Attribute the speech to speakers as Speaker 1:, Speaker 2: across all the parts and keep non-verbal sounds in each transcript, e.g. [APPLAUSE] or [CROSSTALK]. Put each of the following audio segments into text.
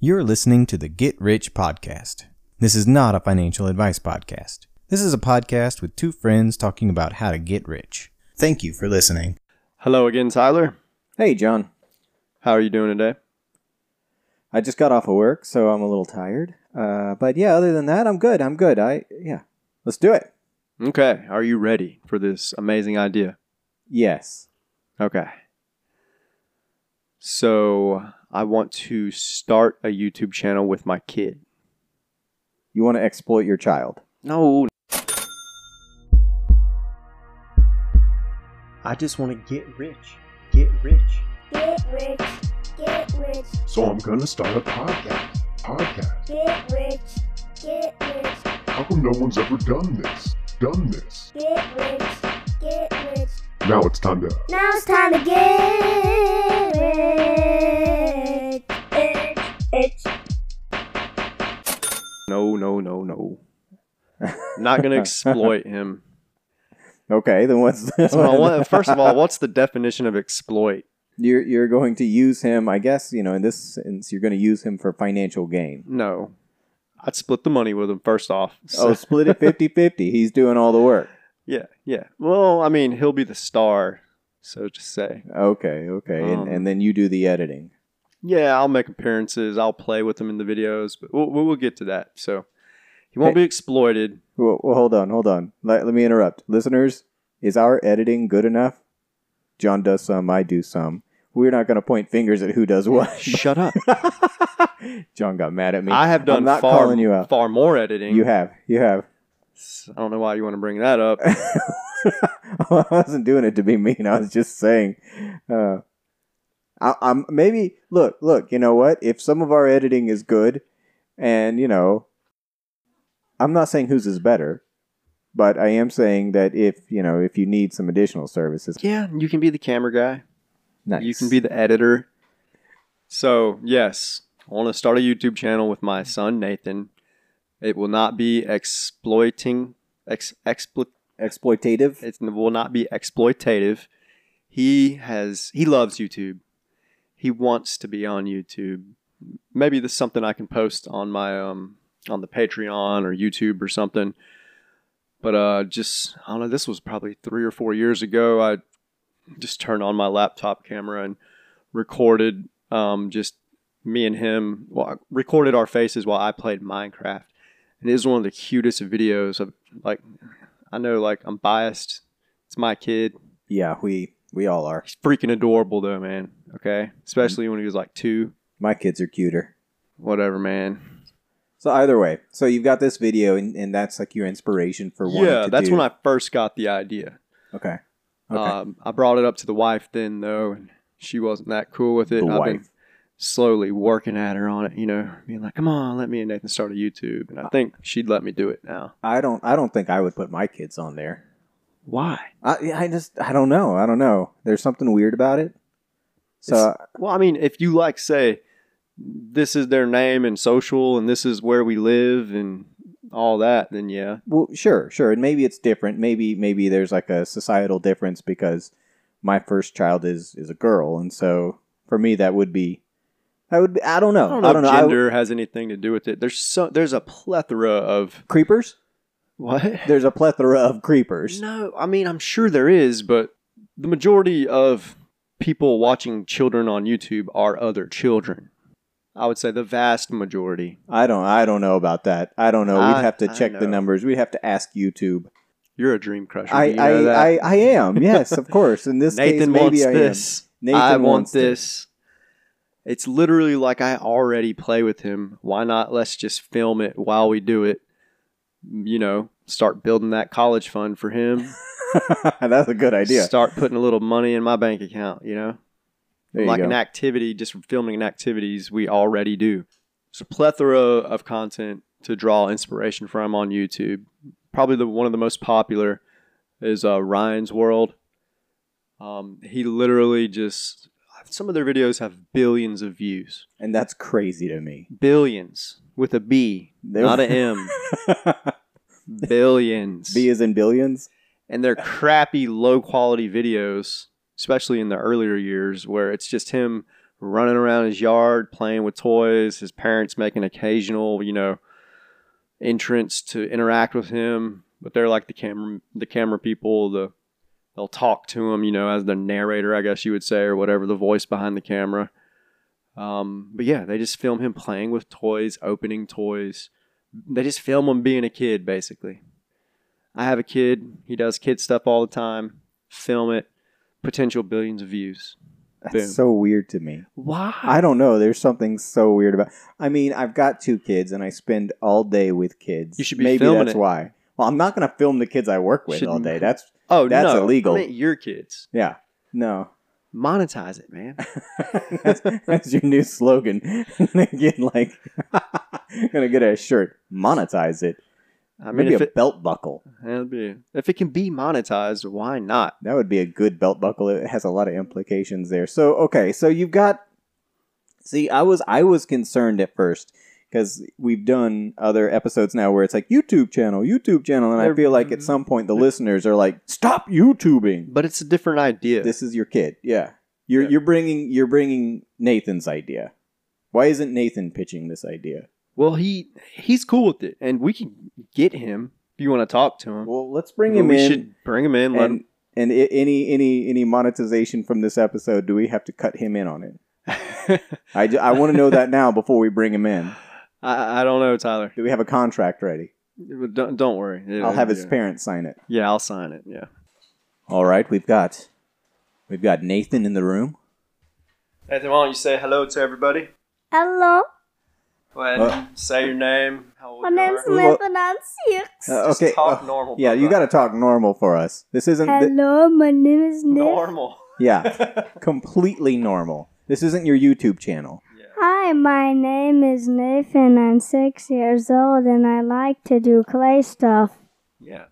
Speaker 1: You're listening to the Get Rich Podcast. This is not a financial advice podcast. This is a podcast with two friends talking about how to get rich. Thank you for listening.
Speaker 2: Hello again, Tyler.
Speaker 1: Hey, John.
Speaker 2: How are you doing today?
Speaker 1: I just got off of work, so I'm a little tired. Uh, but yeah, other than that, I'm good. I'm good. I, yeah. Let's do it.
Speaker 2: Okay. Are you ready for this amazing idea?
Speaker 1: Yes.
Speaker 2: Okay. So, I want to start a YouTube channel with my kid.
Speaker 1: You want to exploit your child.
Speaker 2: No.
Speaker 3: I just want to get rich. Get rich.
Speaker 4: Get rich, get rich,
Speaker 5: So I'm gonna start a podcast. Podcast.
Speaker 4: get rich, get rich,
Speaker 5: How come no one's ever done this? Done this.
Speaker 4: get rich, get rich.
Speaker 5: Now it's time to
Speaker 4: Now it's time to get rich. It's, it's,
Speaker 2: No, no,
Speaker 1: [LAUGHS]
Speaker 2: no, no. Not going to exploit him.
Speaker 1: Okay, then what's this?
Speaker 2: So I
Speaker 1: [LAUGHS]
Speaker 2: want- first of all, what's the definition of exploit?
Speaker 1: you're you're going to use him, I guess, you know, in this sense, you're going to use him for financial gain.
Speaker 2: No. I'd split the money with him first off.
Speaker 1: Oh,
Speaker 2: So-
Speaker 1: split [LAUGHS] it 50-50. He's doing all the work.
Speaker 2: yeah, yeah. Well, I mean, he'll be the star, so to say.
Speaker 1: Okay, okay.
Speaker 2: Um,
Speaker 1: and, and then you do the editing.
Speaker 2: Yeah, I'll make appearances. I'll play with him in the videos, but we'll, we'll get to that. So he won't
Speaker 1: Hey.
Speaker 2: be exploited.
Speaker 1: Well, well, hold on, hold on. Let, let me interrupt. Listeners, is our editing good enough? John does some, I do some. We're not going to point fingers at who does
Speaker 2: [LAUGHS]
Speaker 1: what.
Speaker 2: Shut up.
Speaker 1: [LAUGHS] John got mad at me.
Speaker 2: I have done
Speaker 1: I'm not
Speaker 2: far,
Speaker 1: calling you out.
Speaker 2: far more editing.
Speaker 1: You have. You have. [LAUGHS]
Speaker 2: I don't know why you want to bring that up.
Speaker 1: I wasn't doing it to be mean. I was just saying, uh, I, I'm maybe look, look. You know what? If some of our editing is good, and you know, I'm not saying whose is better, but I am saying that if you know, if you need some additional services,
Speaker 2: yeah, you can be the camera guy.
Speaker 1: nice.
Speaker 2: You can be the editor. So, yes, I want to start a YouTube channel with my son, Nathan. It will not be exploiting, ex, expli-
Speaker 1: exploitative.
Speaker 2: it will not be exploitative. He has he loves YouTube. He wants to be on YouTube. Maybe this is something I can post on my um on the Patreon or YouTube or something. But uh just I don't know, this was probably three or four years ago. I just turned on my laptop camera and recorded um just me and him well, I recorded our faces while I played Minecraft. And it is one of the cutest videos of like I know, like, I'm biased. It's my kid.
Speaker 1: Yeah, we we all are.
Speaker 2: He's freaking adorable, though, man. Okay. Especially when he was like two.
Speaker 1: My kids are cuter.
Speaker 2: Whatever, man.
Speaker 1: So either way, so you've got this video, and, and that's like your inspiration for wanting
Speaker 2: yeah,
Speaker 1: to
Speaker 2: that's
Speaker 1: do-
Speaker 2: when I first got the idea.
Speaker 1: okay. Okay.
Speaker 2: Um, I brought it up to the wife then, though, and she wasn't that cool with it.
Speaker 1: The
Speaker 2: I've been
Speaker 1: wife.
Speaker 2: slowly working at her on it, you know, being like, come on, let me and Nathan start a YouTube. And I think she'd let me do it now.
Speaker 1: I don't. I don't think I would put my kids on there.
Speaker 2: Why?
Speaker 1: I, I just I don't know. I don't know. There's something weird about it. So uh,
Speaker 2: Well, I mean, if you like say this is their name and social and this is where we live and all that, then yeah.
Speaker 1: well, sure, sure, and maybe it's different. Maybe maybe there's like a societal difference because my first child is is a girl, and so for me that would be that would be I don't know.
Speaker 2: I don't know, if
Speaker 1: I would-
Speaker 2: gender has anything to do with it. There's so there's a plethora of
Speaker 1: creepers.
Speaker 2: what?
Speaker 1: There's a plethora of creepers.
Speaker 2: No, I mean I'm sure there is, but the majority of people watching children on YouTube are other children. I would say the vast majority.
Speaker 1: I don't I don't know about that. I don't know. We'd
Speaker 2: I-
Speaker 1: have to
Speaker 2: I
Speaker 1: check the
Speaker 2: know.
Speaker 1: numbers. We'd have to ask YouTube.
Speaker 2: You're a dream crusher.
Speaker 1: I,
Speaker 2: you know that?
Speaker 1: I, I I
Speaker 2: [LAUGHS]
Speaker 1: am. Yes, of course. In this case,
Speaker 2: Nathan
Speaker 1: maybe
Speaker 2: wants
Speaker 1: I am.
Speaker 2: this.
Speaker 1: Nathan
Speaker 2: I want
Speaker 1: wants it.
Speaker 2: this. It's literally like I already play with him. Why not? Let's just film it while we do it. You know, start building that college fund for him.
Speaker 1: [LAUGHS] That's a good idea.
Speaker 2: Start putting a little money in my bank account, you know?
Speaker 1: There you
Speaker 2: like
Speaker 1: go.
Speaker 2: an activity, just filming an activities we already do. It's a plethora of content to draw inspiration from on YouTube. Probably the one of the most popular is uh, Ryan's World. Um, he literally just some of their videos have billions of views,
Speaker 1: and that's crazy to me. [LAUGHS]
Speaker 2: billions with a B,
Speaker 1: They- [LAUGHS]
Speaker 2: not an M, billions.
Speaker 1: B is in billions.
Speaker 2: and they're crappy, low quality videos, especially in the earlier years where it's just him running around his yard playing with toys, his parents making occasional, you know, entrance to interact with him, but they're like the camera the camera people, the they'll talk to him, you know, as the narrator, I guess you would say, or whatever, the voice behind the camera. Um, but yeah, they just film him playing with toys, opening toys. They just film him being a kid, basically. I have a kid. He does kid stuff all the time. Film it. Potential billions of views.
Speaker 1: That's
Speaker 2: Boom.
Speaker 1: so weird to me.
Speaker 2: Why?
Speaker 1: I don't know. There's something so weird about. I mean, I've got two kids, and I spend all day with kids.
Speaker 2: You should be
Speaker 1: Maybe
Speaker 2: filming
Speaker 1: that's
Speaker 2: it.
Speaker 1: why. Well, I'm not going to film the kids I work with all
Speaker 2: Shouldn't-
Speaker 1: day. That's
Speaker 2: oh,
Speaker 1: that's
Speaker 2: no.
Speaker 1: illegal.
Speaker 2: I meant your kids
Speaker 1: yeah. No,
Speaker 2: monetize
Speaker 1: [LAUGHS]
Speaker 2: it, man.
Speaker 1: that's, that's your new slogan. [LAUGHS] get like, [LAUGHS] gonna get a shirt. Monetize it.
Speaker 2: I mean,
Speaker 1: Maybe
Speaker 2: if
Speaker 1: a
Speaker 2: it,
Speaker 1: belt buckle.
Speaker 2: that'd be, if it can be monetized, why not?
Speaker 1: That would be a good belt buckle. It has a lot of implications there. So okay, so you've got. See, I was I was concerned at first because we've done other episodes now where it's like YouTube channel, YouTube channel, and I
Speaker 2: They're- mm-hmm.
Speaker 1: feel like at some point the listeners are like, "Stop YouTubing."
Speaker 2: But it's a different idea.
Speaker 1: This is your kid. Yeah, you're
Speaker 2: Yeah.
Speaker 1: you're bringing you're bringing Nathan's idea. Why isn't Nathan pitching this idea?
Speaker 2: well, he he's cool with it, and we can get him if you want to talk to him.
Speaker 1: Well, let's bring
Speaker 2: But
Speaker 1: him
Speaker 2: we
Speaker 1: in.
Speaker 2: should bring him in. Let
Speaker 1: and and i- any any any monetization from this episode, do we have to cut him in on it?
Speaker 2: him. [LAUGHS]
Speaker 1: I, ju- I want to know that now before we bring him in.
Speaker 2: I, I don't know, Tyler.
Speaker 1: Do we have a contract ready?
Speaker 2: But Don't, don't worry. It-
Speaker 1: I'll have his
Speaker 2: yeah.
Speaker 1: parents sign it.
Speaker 2: Yeah, I'll sign it. Yeah.
Speaker 1: All right, we've got we've got Nathan in the room.
Speaker 2: Nathan, why don't you say hello to everybody?
Speaker 4: Hello,
Speaker 2: Go ahead.
Speaker 1: Uh,
Speaker 2: say your name. How old
Speaker 4: my
Speaker 2: you
Speaker 4: name's
Speaker 2: are.
Speaker 1: Well-
Speaker 4: Nathan. I'm six.
Speaker 1: Uh,
Speaker 2: Just
Speaker 1: okay,
Speaker 2: talk
Speaker 1: uh,
Speaker 2: normal.
Speaker 1: Yeah, you got
Speaker 2: brother.
Speaker 1: to talk normal for us. This isn't th-
Speaker 4: Hello, my name is Nathan.
Speaker 2: normal.
Speaker 1: yeah, completely normal. This isn't your YouTube channel.
Speaker 4: Hi, my name is Nathan. I'm six years old, and I like to do clay stuff.
Speaker 2: Yeah.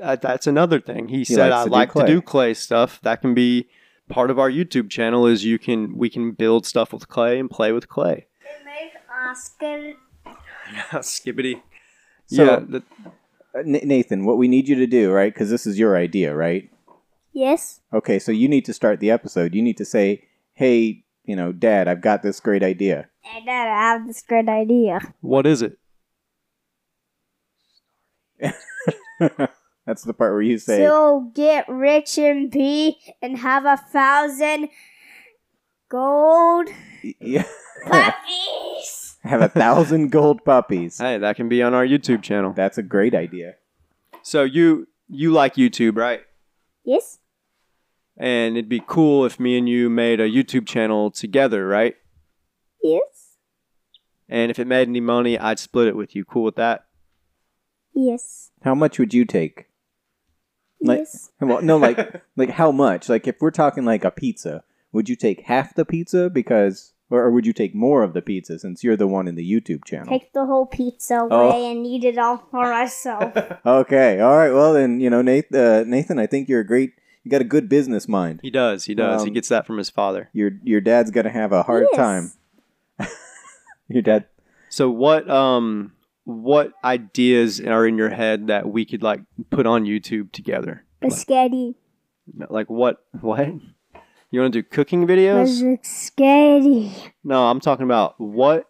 Speaker 2: Uh, that's another thing. He, said
Speaker 1: likes
Speaker 2: I
Speaker 1: to do
Speaker 2: like
Speaker 1: clay."
Speaker 2: to do clay stuff. That can be part of our YouTube channel is you can we can build stuff with clay and play with clay.
Speaker 4: Make Oscar
Speaker 2: [LAUGHS] Skibbity.
Speaker 1: So-
Speaker 2: yeah, that,
Speaker 1: Uh, N- Nathan, what we need you to do, right? Because this is your idea, right?
Speaker 4: Yes.
Speaker 1: Okay, so you need to start the episode. You need to say, "Hey, you know, Dad, I've got this great idea." [LAUGHS]
Speaker 4: I gotta have this great idea.
Speaker 2: what is it?
Speaker 1: That's the part where you say,
Speaker 4: So get rich and be and have a thousand gold
Speaker 1: [LAUGHS] "Yeah,
Speaker 4: puppies.
Speaker 1: have a thousand gold puppies."
Speaker 2: [LAUGHS] Hey, that can be on our YouTube channel.
Speaker 1: That's a great idea.
Speaker 2: So you you like YouTube, right?
Speaker 4: yes.
Speaker 2: And it'd be cool if me and you made a YouTube channel together, right?
Speaker 4: Yes.
Speaker 2: And if it made any money, I'd split it with you. Cool with that?
Speaker 4: Yes.
Speaker 1: How much would you take? Like-
Speaker 4: yes.
Speaker 1: Well, no, like like how much? Like if we're talking like a pizza, would you take half the pizza because, or, or would you take more of the pizza since you're the one in the YouTube channel?
Speaker 4: Take the whole pizza away and eat it all for myself.
Speaker 1: Okay, all right. Well, then you know, Nathan, uh, Nathan, I think you're a great. You got a good business mind.
Speaker 2: He does. He does. he
Speaker 1: Um,
Speaker 2: gets that from his father.
Speaker 1: Your your dad's gonna have a hard
Speaker 4: Yes.
Speaker 1: time. [LAUGHS] Your dad.
Speaker 2: So what um what ideas are in your head that we could like put on YouTube together?
Speaker 4: Biscotti.
Speaker 2: Like, like what what? You want to do cooking videos?
Speaker 4: Biscotti.
Speaker 2: No, I'm talking about what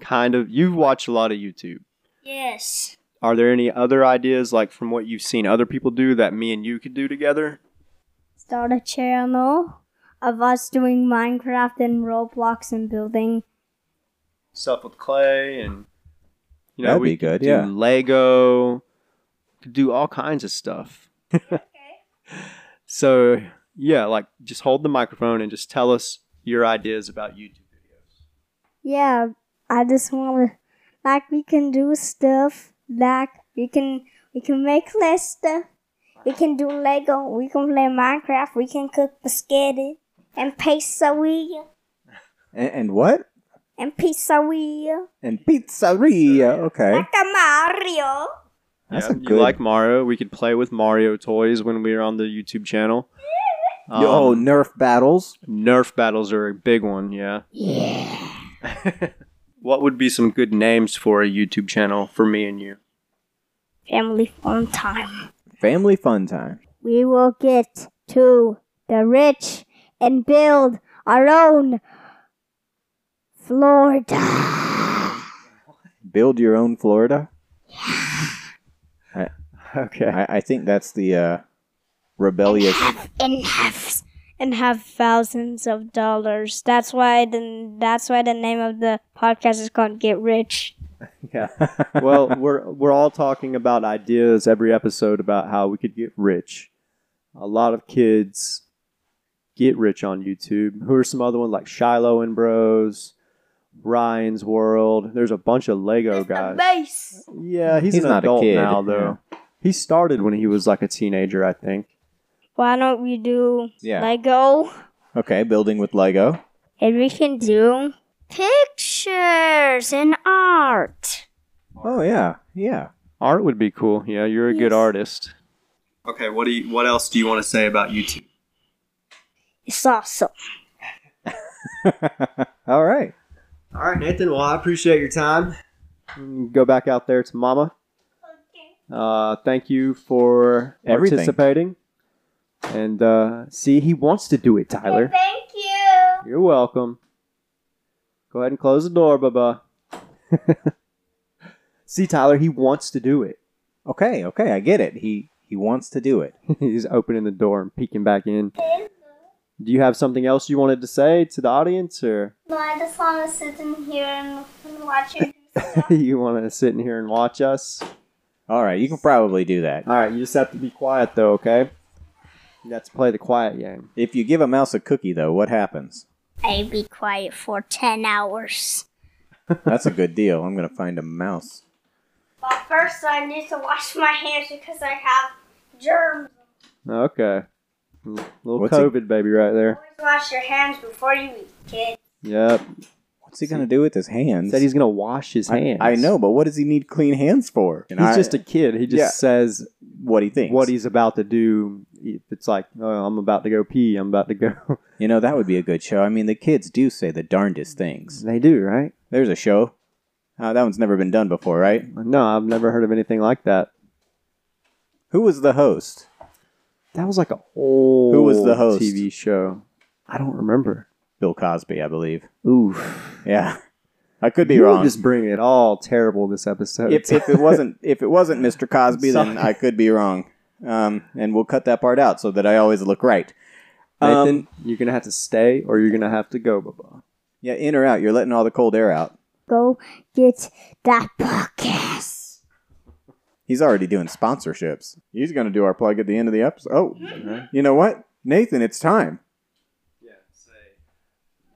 Speaker 2: kind of you watch a lot of YouTube.
Speaker 4: Yes.
Speaker 2: Are there any other ideas like from what you've seen other people do that me and you could do together?
Speaker 4: Start a channel of us doing Minecraft and Roblox and building.
Speaker 2: Stuff with clay and you know
Speaker 1: That'd
Speaker 2: we
Speaker 1: be good,
Speaker 2: could do
Speaker 1: yeah.
Speaker 2: Lego, could do all kinds of stuff. So yeah, like just hold the microphone and just tell us your ideas about YouTube videos.
Speaker 4: Yeah, I just want to like we can do stuff like we can we can make less stuff. We can do Lego. We can play Minecraft. We can cook biscotti and pizzeria
Speaker 1: And, and what?
Speaker 4: and pizzeria
Speaker 1: And pizzeria. Okay.
Speaker 4: like a Mario.
Speaker 1: That's
Speaker 2: yeah,
Speaker 1: a
Speaker 2: you
Speaker 1: good-
Speaker 2: like Mario? We could play with Mario toys when we were on the YouTube channel. Um,
Speaker 1: oh, Nerf battles.
Speaker 2: Nerf battles are a big one. Yeah.
Speaker 4: Yeah.
Speaker 2: [LAUGHS] What would be some good names for a YouTube channel for me and you?
Speaker 4: Family fun time.
Speaker 1: Family fun time.
Speaker 4: We will get to the rich and build our own Florida.
Speaker 1: Build your own Florida. [LAUGHS]
Speaker 2: Okay.
Speaker 1: I, I think that's the uh, rebellious. [LAUGHS]
Speaker 4: and have and have thousands of dollars. That's why the that's why the name of the podcast is called Get Rich.
Speaker 2: Yeah. well, we're we're all talking about ideas every episode about how we could get rich. A lot of kids get rich on YouTube. Who are some other ones like Shiloh and Bros, Ryan's World? There's a bunch of Lego guys.
Speaker 4: base.
Speaker 2: Yeah, he's,
Speaker 1: He's
Speaker 2: an
Speaker 1: not a
Speaker 2: adult
Speaker 1: kid,
Speaker 2: now though. He started when he was like a teenager, I think.
Speaker 4: Why don't we do
Speaker 1: Yeah.
Speaker 4: Lego?
Speaker 1: okay, building with Lego.
Speaker 4: And we can do pictures and art.
Speaker 1: Oh yeah, yeah. [LAUGHS]
Speaker 2: Art would be cool. Yeah, you're a
Speaker 4: Yes.
Speaker 2: good artist. Okay, what do you, what else do you want to say about YouTube?
Speaker 4: It's awesome.
Speaker 1: All right.
Speaker 2: All right, Nathan. Well, I appreciate your time. Go back out there to Mama. Uh, thank you for
Speaker 1: Everything.
Speaker 2: participating. And uh, see, he wants to do it, Tyler.
Speaker 4: Thank you.
Speaker 2: You're welcome. Go ahead and close the door, Bubba. [LAUGHS] see, Tyler, he wants to do it. [LAUGHS]
Speaker 1: Okay, okay. I get it. He he wants to do it.
Speaker 2: He's opening the door and peeking back in. Do you have something else you wanted to say to the audience, or [LAUGHS]
Speaker 4: No, I just want to sit in here and watch you.
Speaker 2: you want to sit in here and watch us?
Speaker 1: All right, you can probably do that.
Speaker 2: All right, you just have to be quiet though, okay? You have to play the quiet game.
Speaker 1: If you give a mouse a cookie, though, what happens?
Speaker 4: I be quiet for ten hours.
Speaker 1: That's a good deal. I'm gonna find a mouse.
Speaker 4: But first, I need to wash my hands because I have germs.
Speaker 2: Okay. L- Little
Speaker 1: What's he-
Speaker 2: COVID baby right there.
Speaker 4: Always wash your hands before you eat, kid.
Speaker 2: Yep.
Speaker 1: What's he gonna do with his hands?
Speaker 2: Said he's gonna wash his
Speaker 1: I-
Speaker 2: hands.
Speaker 1: I, know, but what does he need clean hands for?
Speaker 2: He's just a kid. He just
Speaker 1: Yeah.
Speaker 2: says
Speaker 1: what he thinks.
Speaker 2: what he's about to do. If It's like, oh, I'm about to go pee. I'm about to go. [LAUGHS]
Speaker 1: you know that would be a good show. I mean, the kids do say the darndest things.
Speaker 2: they do, right?
Speaker 1: There's a show. Uh, that one's never been done before, right?
Speaker 2: No, I've never heard of anything like that.
Speaker 1: Who was the host?
Speaker 2: That was like a old
Speaker 1: Who was the host?
Speaker 2: TV show. I don't remember.
Speaker 1: Bill Cosby, I believe.
Speaker 2: Oof.
Speaker 1: Yeah, I could be
Speaker 2: You're
Speaker 1: wrong.
Speaker 2: Just bringing it all terrible this episode.
Speaker 1: if, if
Speaker 2: [LAUGHS]
Speaker 1: it wasn't if it wasn't Mr. Cosby, then
Speaker 2: Sorry.
Speaker 1: I could be wrong. Um, and we'll cut that part out so that I always look right. Um,
Speaker 2: Nathan, you're gonna have to stay or you're gonna have to go, Baba.
Speaker 1: yeah, in or out. You're letting all the cold air out.
Speaker 4: Go get that podcast.
Speaker 1: He's already doing sponsorships. He's going to do our plug at the end of the episode. Oh, you know what, Nathan? It's time.
Speaker 2: Yeah, say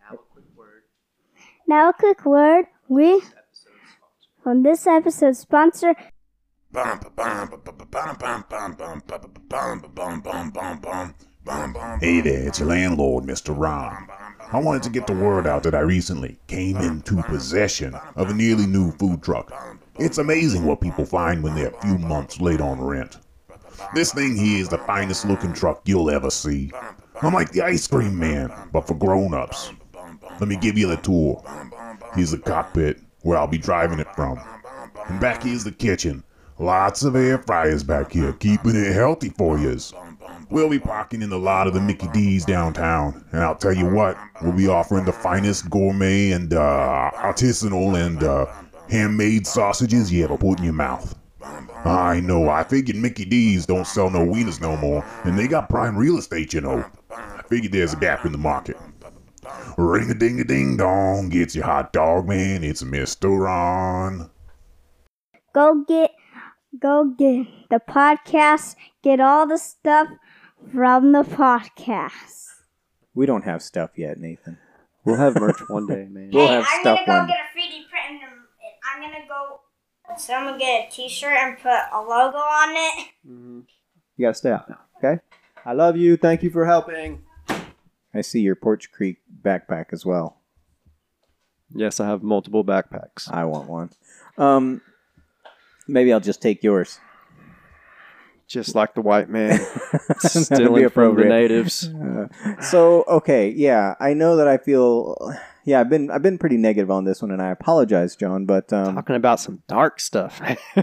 Speaker 2: now a quick word.
Speaker 4: Now, a quick word. We on this episode sponsor
Speaker 6: Hey there, it's your landlord, Mr. Ron.
Speaker 5: I wanted to get the word out that I recently came into possession of a nearly new food truck. It's amazing what people find when they're a few months late on rent. This thing here is the finest looking truck you'll ever see. I'm like the ice cream man, but for grown ups. Let me give you the tour. Here's the cockpit, where I'll be driving it from. And back here's the kitchen. Lots of air fryers back here, keeping it healthy for yous. We'll be parking in the lot of the Mickey D's downtown, and I'll tell you what, we'll be offering the finest gourmet and uh, artisanal and uh, handmade sausages you ever put in your mouth. I know, I figured Mickey D's don't sell no wieners no more, and they got prime real estate, you know. I figured there's a gap in the market. Ring a ding a ding dong, get your hot dog, man, it's Mr. Ron.
Speaker 4: go get go get the podcast get all the stuff from the podcast
Speaker 1: We don't have stuff yet, Nathan.
Speaker 2: We'll have merch one day, [LAUGHS] man.
Speaker 1: We'll have stuff one.
Speaker 4: a 3d print and i'm gonna go so i'm gonna get a t-shirt and put a logo on it
Speaker 2: Mm-hmm. You gotta stay out now, okay? I love you. Thank you for helping.
Speaker 1: I see your Porch Creek backpack as well.
Speaker 2: Yes, I have multiple backpacks.
Speaker 1: I want one. Um, maybe I'll just take yours. [LAUGHS]
Speaker 2: Just like the white [LAUGHS] man.
Speaker 1: That'd
Speaker 2: Stealing from the
Speaker 1: appropriate.
Speaker 2: [LAUGHS] natives.
Speaker 1: Uh, so okay, yeah, I know that I feel. Yeah, I've been I've been pretty negative on this one, and I apologize, John. But um,
Speaker 2: Talking about some dark stuff. [LAUGHS]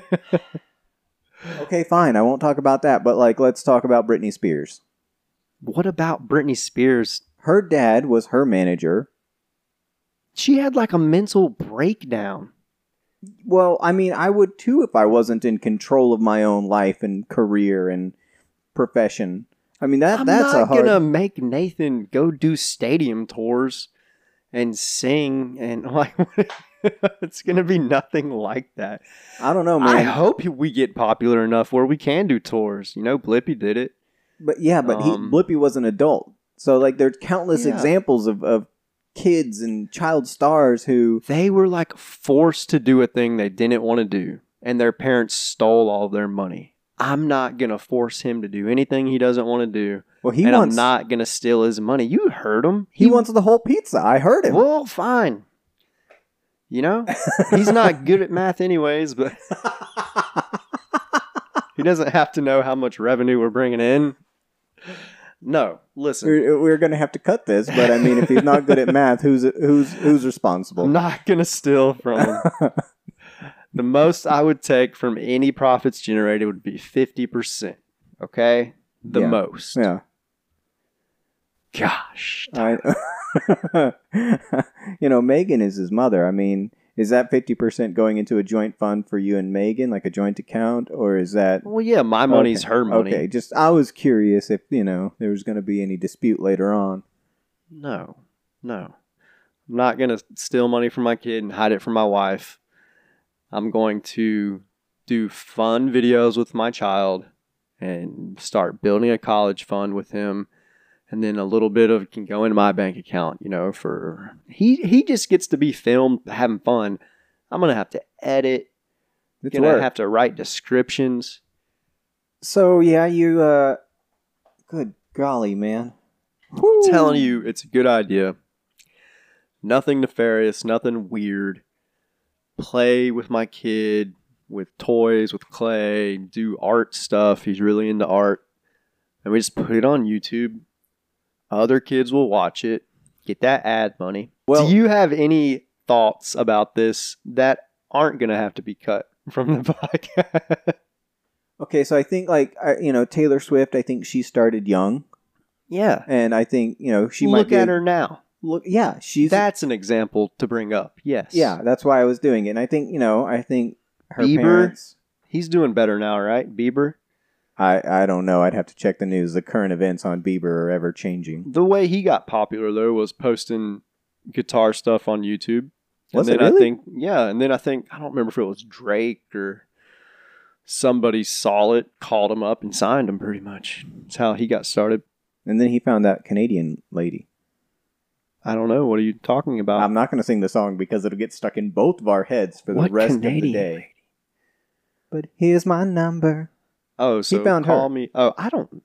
Speaker 1: okay, fine, I won't talk about that. But like, let's talk about Britney Spears.
Speaker 2: what about Britney Spears?
Speaker 1: Her dad was her manager,
Speaker 2: she had like a mental breakdown.
Speaker 1: Well, I mean, I would too if I wasn't in control of my own life and career and profession. I mean that
Speaker 2: I'm
Speaker 1: that's
Speaker 2: not
Speaker 1: a hard.
Speaker 2: gonna make Nathan go do stadium tours and sing and [LAUGHS] like it's gonna be nothing like that.
Speaker 1: I don't know,
Speaker 2: I
Speaker 1: man.
Speaker 2: hope we get popular enough where we can do tours. You know, Blippi did it.
Speaker 1: But yeah, but he,
Speaker 2: Um,
Speaker 1: Blippi was an adult, so like there's countless
Speaker 2: Yeah.
Speaker 1: examples of, of kids and child stars who.
Speaker 2: They were like forced to do a thing they didn't want to do, and their parents stole all their money. I'm not gonna force him to do anything he doesn't want to do,
Speaker 1: Well, he
Speaker 2: and
Speaker 1: wants
Speaker 2: I'm not gonna steal his money. You heard him.
Speaker 1: He wants the whole pizza. I heard him.
Speaker 2: Well, fine. You know, he's not good at math,
Speaker 1: [LAUGHS]
Speaker 2: anyways, but he doesn't have to know how much revenue we're bringing in. No, listen,
Speaker 1: We're, we're going to have to cut this, but I mean, if he's not good at math, who's who's who's responsible?
Speaker 2: [LAUGHS] I'm not going to steal from him.
Speaker 1: [LAUGHS]
Speaker 2: the most I would take from any profits generated would be 50%. Okay? The
Speaker 1: Yeah.
Speaker 2: most.
Speaker 1: Yeah,
Speaker 2: Gosh.
Speaker 1: I, [LAUGHS] you know, Megan is his mother. I mean, is that fifty percent going into a joint fund for you and Megan, like a joint account, or is that
Speaker 2: Well, yeah, my money's
Speaker 1: Okay,
Speaker 2: her money.
Speaker 1: Okay, just I was curious if you know there was going to be any dispute later on.
Speaker 2: No, no. I'm not going to steal money from my kid and hide it from my wife. I'm going to do fun videos with my child and start building a college fund with him. And then a little bit of can go into my bank account, you know, for he he just gets to be filmed having fun. I'm gonna have to edit,
Speaker 1: It's
Speaker 2: gonna
Speaker 1: work.
Speaker 2: have to write descriptions.
Speaker 1: so yeah, you. uh Good golly, man! Woo.
Speaker 2: telling you it's a good idea. Nothing nefarious, nothing weird. Play with my kid, with toys, with clay, do art stuff. He's really into art. And we just put it on YouTube. Other kids will watch it, get that ad money.
Speaker 1: Well-
Speaker 2: do you have any thoughts about this that aren't going to have to be cut from the [LAUGHS] podcast?
Speaker 1: Okay, so I think like I, you know Taylor Swift. I think she started young,
Speaker 2: yeah.
Speaker 1: and I think you know she might
Speaker 2: Look
Speaker 1: be
Speaker 2: at
Speaker 1: a-
Speaker 2: her now.
Speaker 1: Look, yeah, she's
Speaker 2: That's an example to bring up. Yes.
Speaker 1: yeah. That's why I was doing it. And I think you know I think her
Speaker 2: Bieber?
Speaker 1: parents.
Speaker 2: He's doing better now, right? Bieber?
Speaker 1: I, I don't know. I'd have to check the news. The current events on Bieber are ever changing.
Speaker 2: The way he got popular though was posting guitar stuff on YouTube.
Speaker 1: Was
Speaker 2: and
Speaker 1: it
Speaker 2: then I
Speaker 1: really?
Speaker 2: think yeah, and then I think I don't remember if it was Drake or somebody saw it, called him up and signed him pretty much. That's how he got started.
Speaker 1: And then he found that Canadian lady.
Speaker 2: I don't know, what are you talking about?
Speaker 1: I'm not going to sing the song because it'll get stuck in both of our heads for the
Speaker 2: What
Speaker 1: rest of the
Speaker 2: Canadian
Speaker 1: day. But here's my number.
Speaker 2: oh, so
Speaker 1: found
Speaker 2: call
Speaker 1: her.
Speaker 2: me oh I don't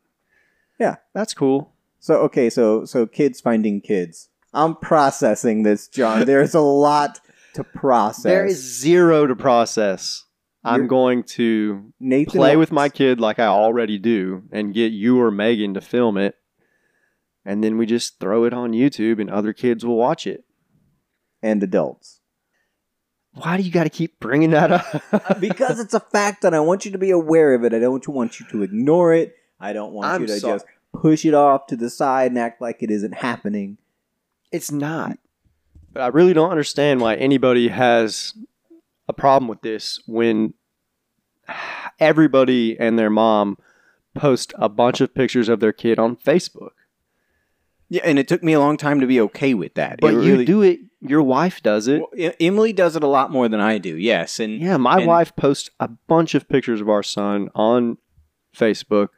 Speaker 1: Yeah.
Speaker 2: That's cool.
Speaker 1: So okay, so so kids finding kids. I'm processing this, John. There's a lot to process.
Speaker 2: There is zero to process. I'm
Speaker 1: You're-
Speaker 2: going to
Speaker 1: Nathan
Speaker 2: play with my
Speaker 1: wants-
Speaker 2: kid like I already do and get you or Megan to film it. And then we just throw it on YouTube and other kids will watch it.
Speaker 1: and adults.
Speaker 2: Why do you got to keep bringing that up? [LAUGHS]
Speaker 1: because it's a fact and I want you to be aware of it. I don't want you to ignore it. I don't want
Speaker 2: I'm
Speaker 1: you to
Speaker 2: sorry.
Speaker 1: just push it off to the side and act like it isn't happening.
Speaker 2: it's not. But I really don't understand why anybody has a problem with this when everybody and their mom post a bunch of pictures of their kid on Facebook.
Speaker 1: Yeah, and it took me a long time to be okay with that.
Speaker 2: But you do it, your wife does it.
Speaker 1: Emily does it a lot more than I do. Yes, and
Speaker 2: Yeah, my
Speaker 1: And-
Speaker 2: wife posts a bunch of pictures of our son on Facebook.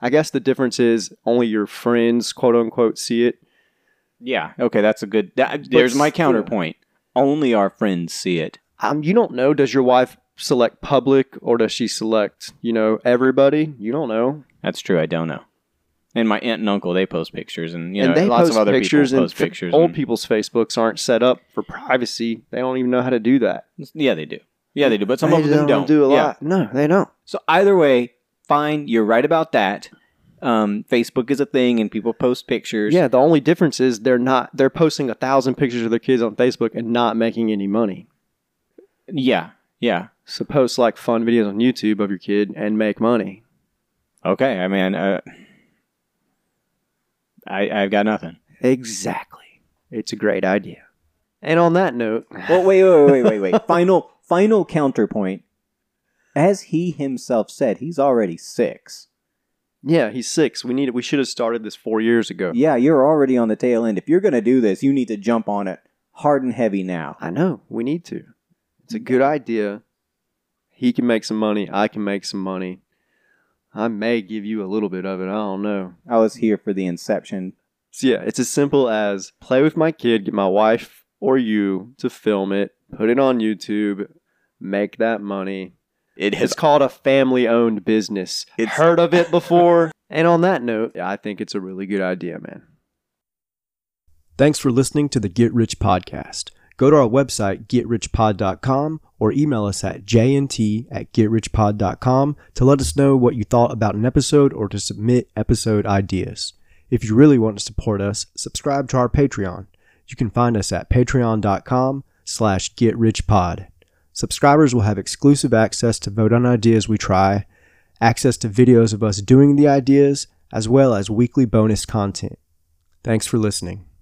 Speaker 2: I guess the difference is only your friends, quote unquote, see it.
Speaker 1: Yeah. Okay, that's a good. That,
Speaker 2: there's my counterpoint.
Speaker 1: Only our friends see it.
Speaker 2: Um, you don't know. Does your wife select public or does she select, you know, everybody? You don't know.
Speaker 7: That's true. I don't know. And my aunt and uncle they post pictures, and you know,
Speaker 2: and they
Speaker 7: lots
Speaker 2: post
Speaker 7: of other
Speaker 2: pictures,
Speaker 7: people
Speaker 2: and
Speaker 7: post
Speaker 2: fa-
Speaker 7: pictures.
Speaker 2: Old
Speaker 7: and-
Speaker 2: people's Facebooks aren't set up for privacy. They don't even know how to do that.
Speaker 7: yeah, they do. Yeah, they do. But some
Speaker 2: They
Speaker 7: of them don't
Speaker 2: do a
Speaker 7: Yeah.
Speaker 2: lot. No, they don't.
Speaker 7: So either way, fine. You're right about that. Um, Facebook is a thing, and people post pictures.
Speaker 2: Yeah, the only difference is they're not. They're posting a thousand pictures of their kids on Facebook and not making any money.
Speaker 7: yeah, yeah.
Speaker 2: So post like fun videos on YouTube of your kid and make money.
Speaker 7: Okay. I mean, uh, I I've got nothing.
Speaker 2: Exactly. It's a great idea. And on that note,
Speaker 1: Well, wait, wait, wait, wait, wait. [LAUGHS] Final, final counterpoint. As he himself said, he's already six.
Speaker 2: yeah, he's six. We need. We should have started this four years ago.
Speaker 1: Yeah, you're already on the tail end. If you're going to do this, you need to jump on it hard and heavy now.
Speaker 2: I know. We need to. It's a good idea. He can make some money. I can make some money. I may give you a little bit of it. I don't know.
Speaker 1: I was here for the inception.
Speaker 2: So yeah, it's as simple as play with my kid, get my wife or you to film it, put it on YouTube, make that money.
Speaker 7: It
Speaker 2: It's called a family-owned business.
Speaker 7: It's-
Speaker 2: Heard of it before? [LAUGHS] and on that note, I think it's a really good idea, man.
Speaker 8: Thanks for listening to the Get Rich Podcast. Go to our website, getrichpod.com, or email us at jnt at getrichpod.com to let us know what you thought about an episode or to submit episode ideas. If you really want to support us, subscribe to our Patreon. You can find us at patreon.com slash getrichpod. Subscribers will have exclusive access to vote on ideas we try, access to videos of us doing the ideas, as well as weekly bonus content. Thanks for listening.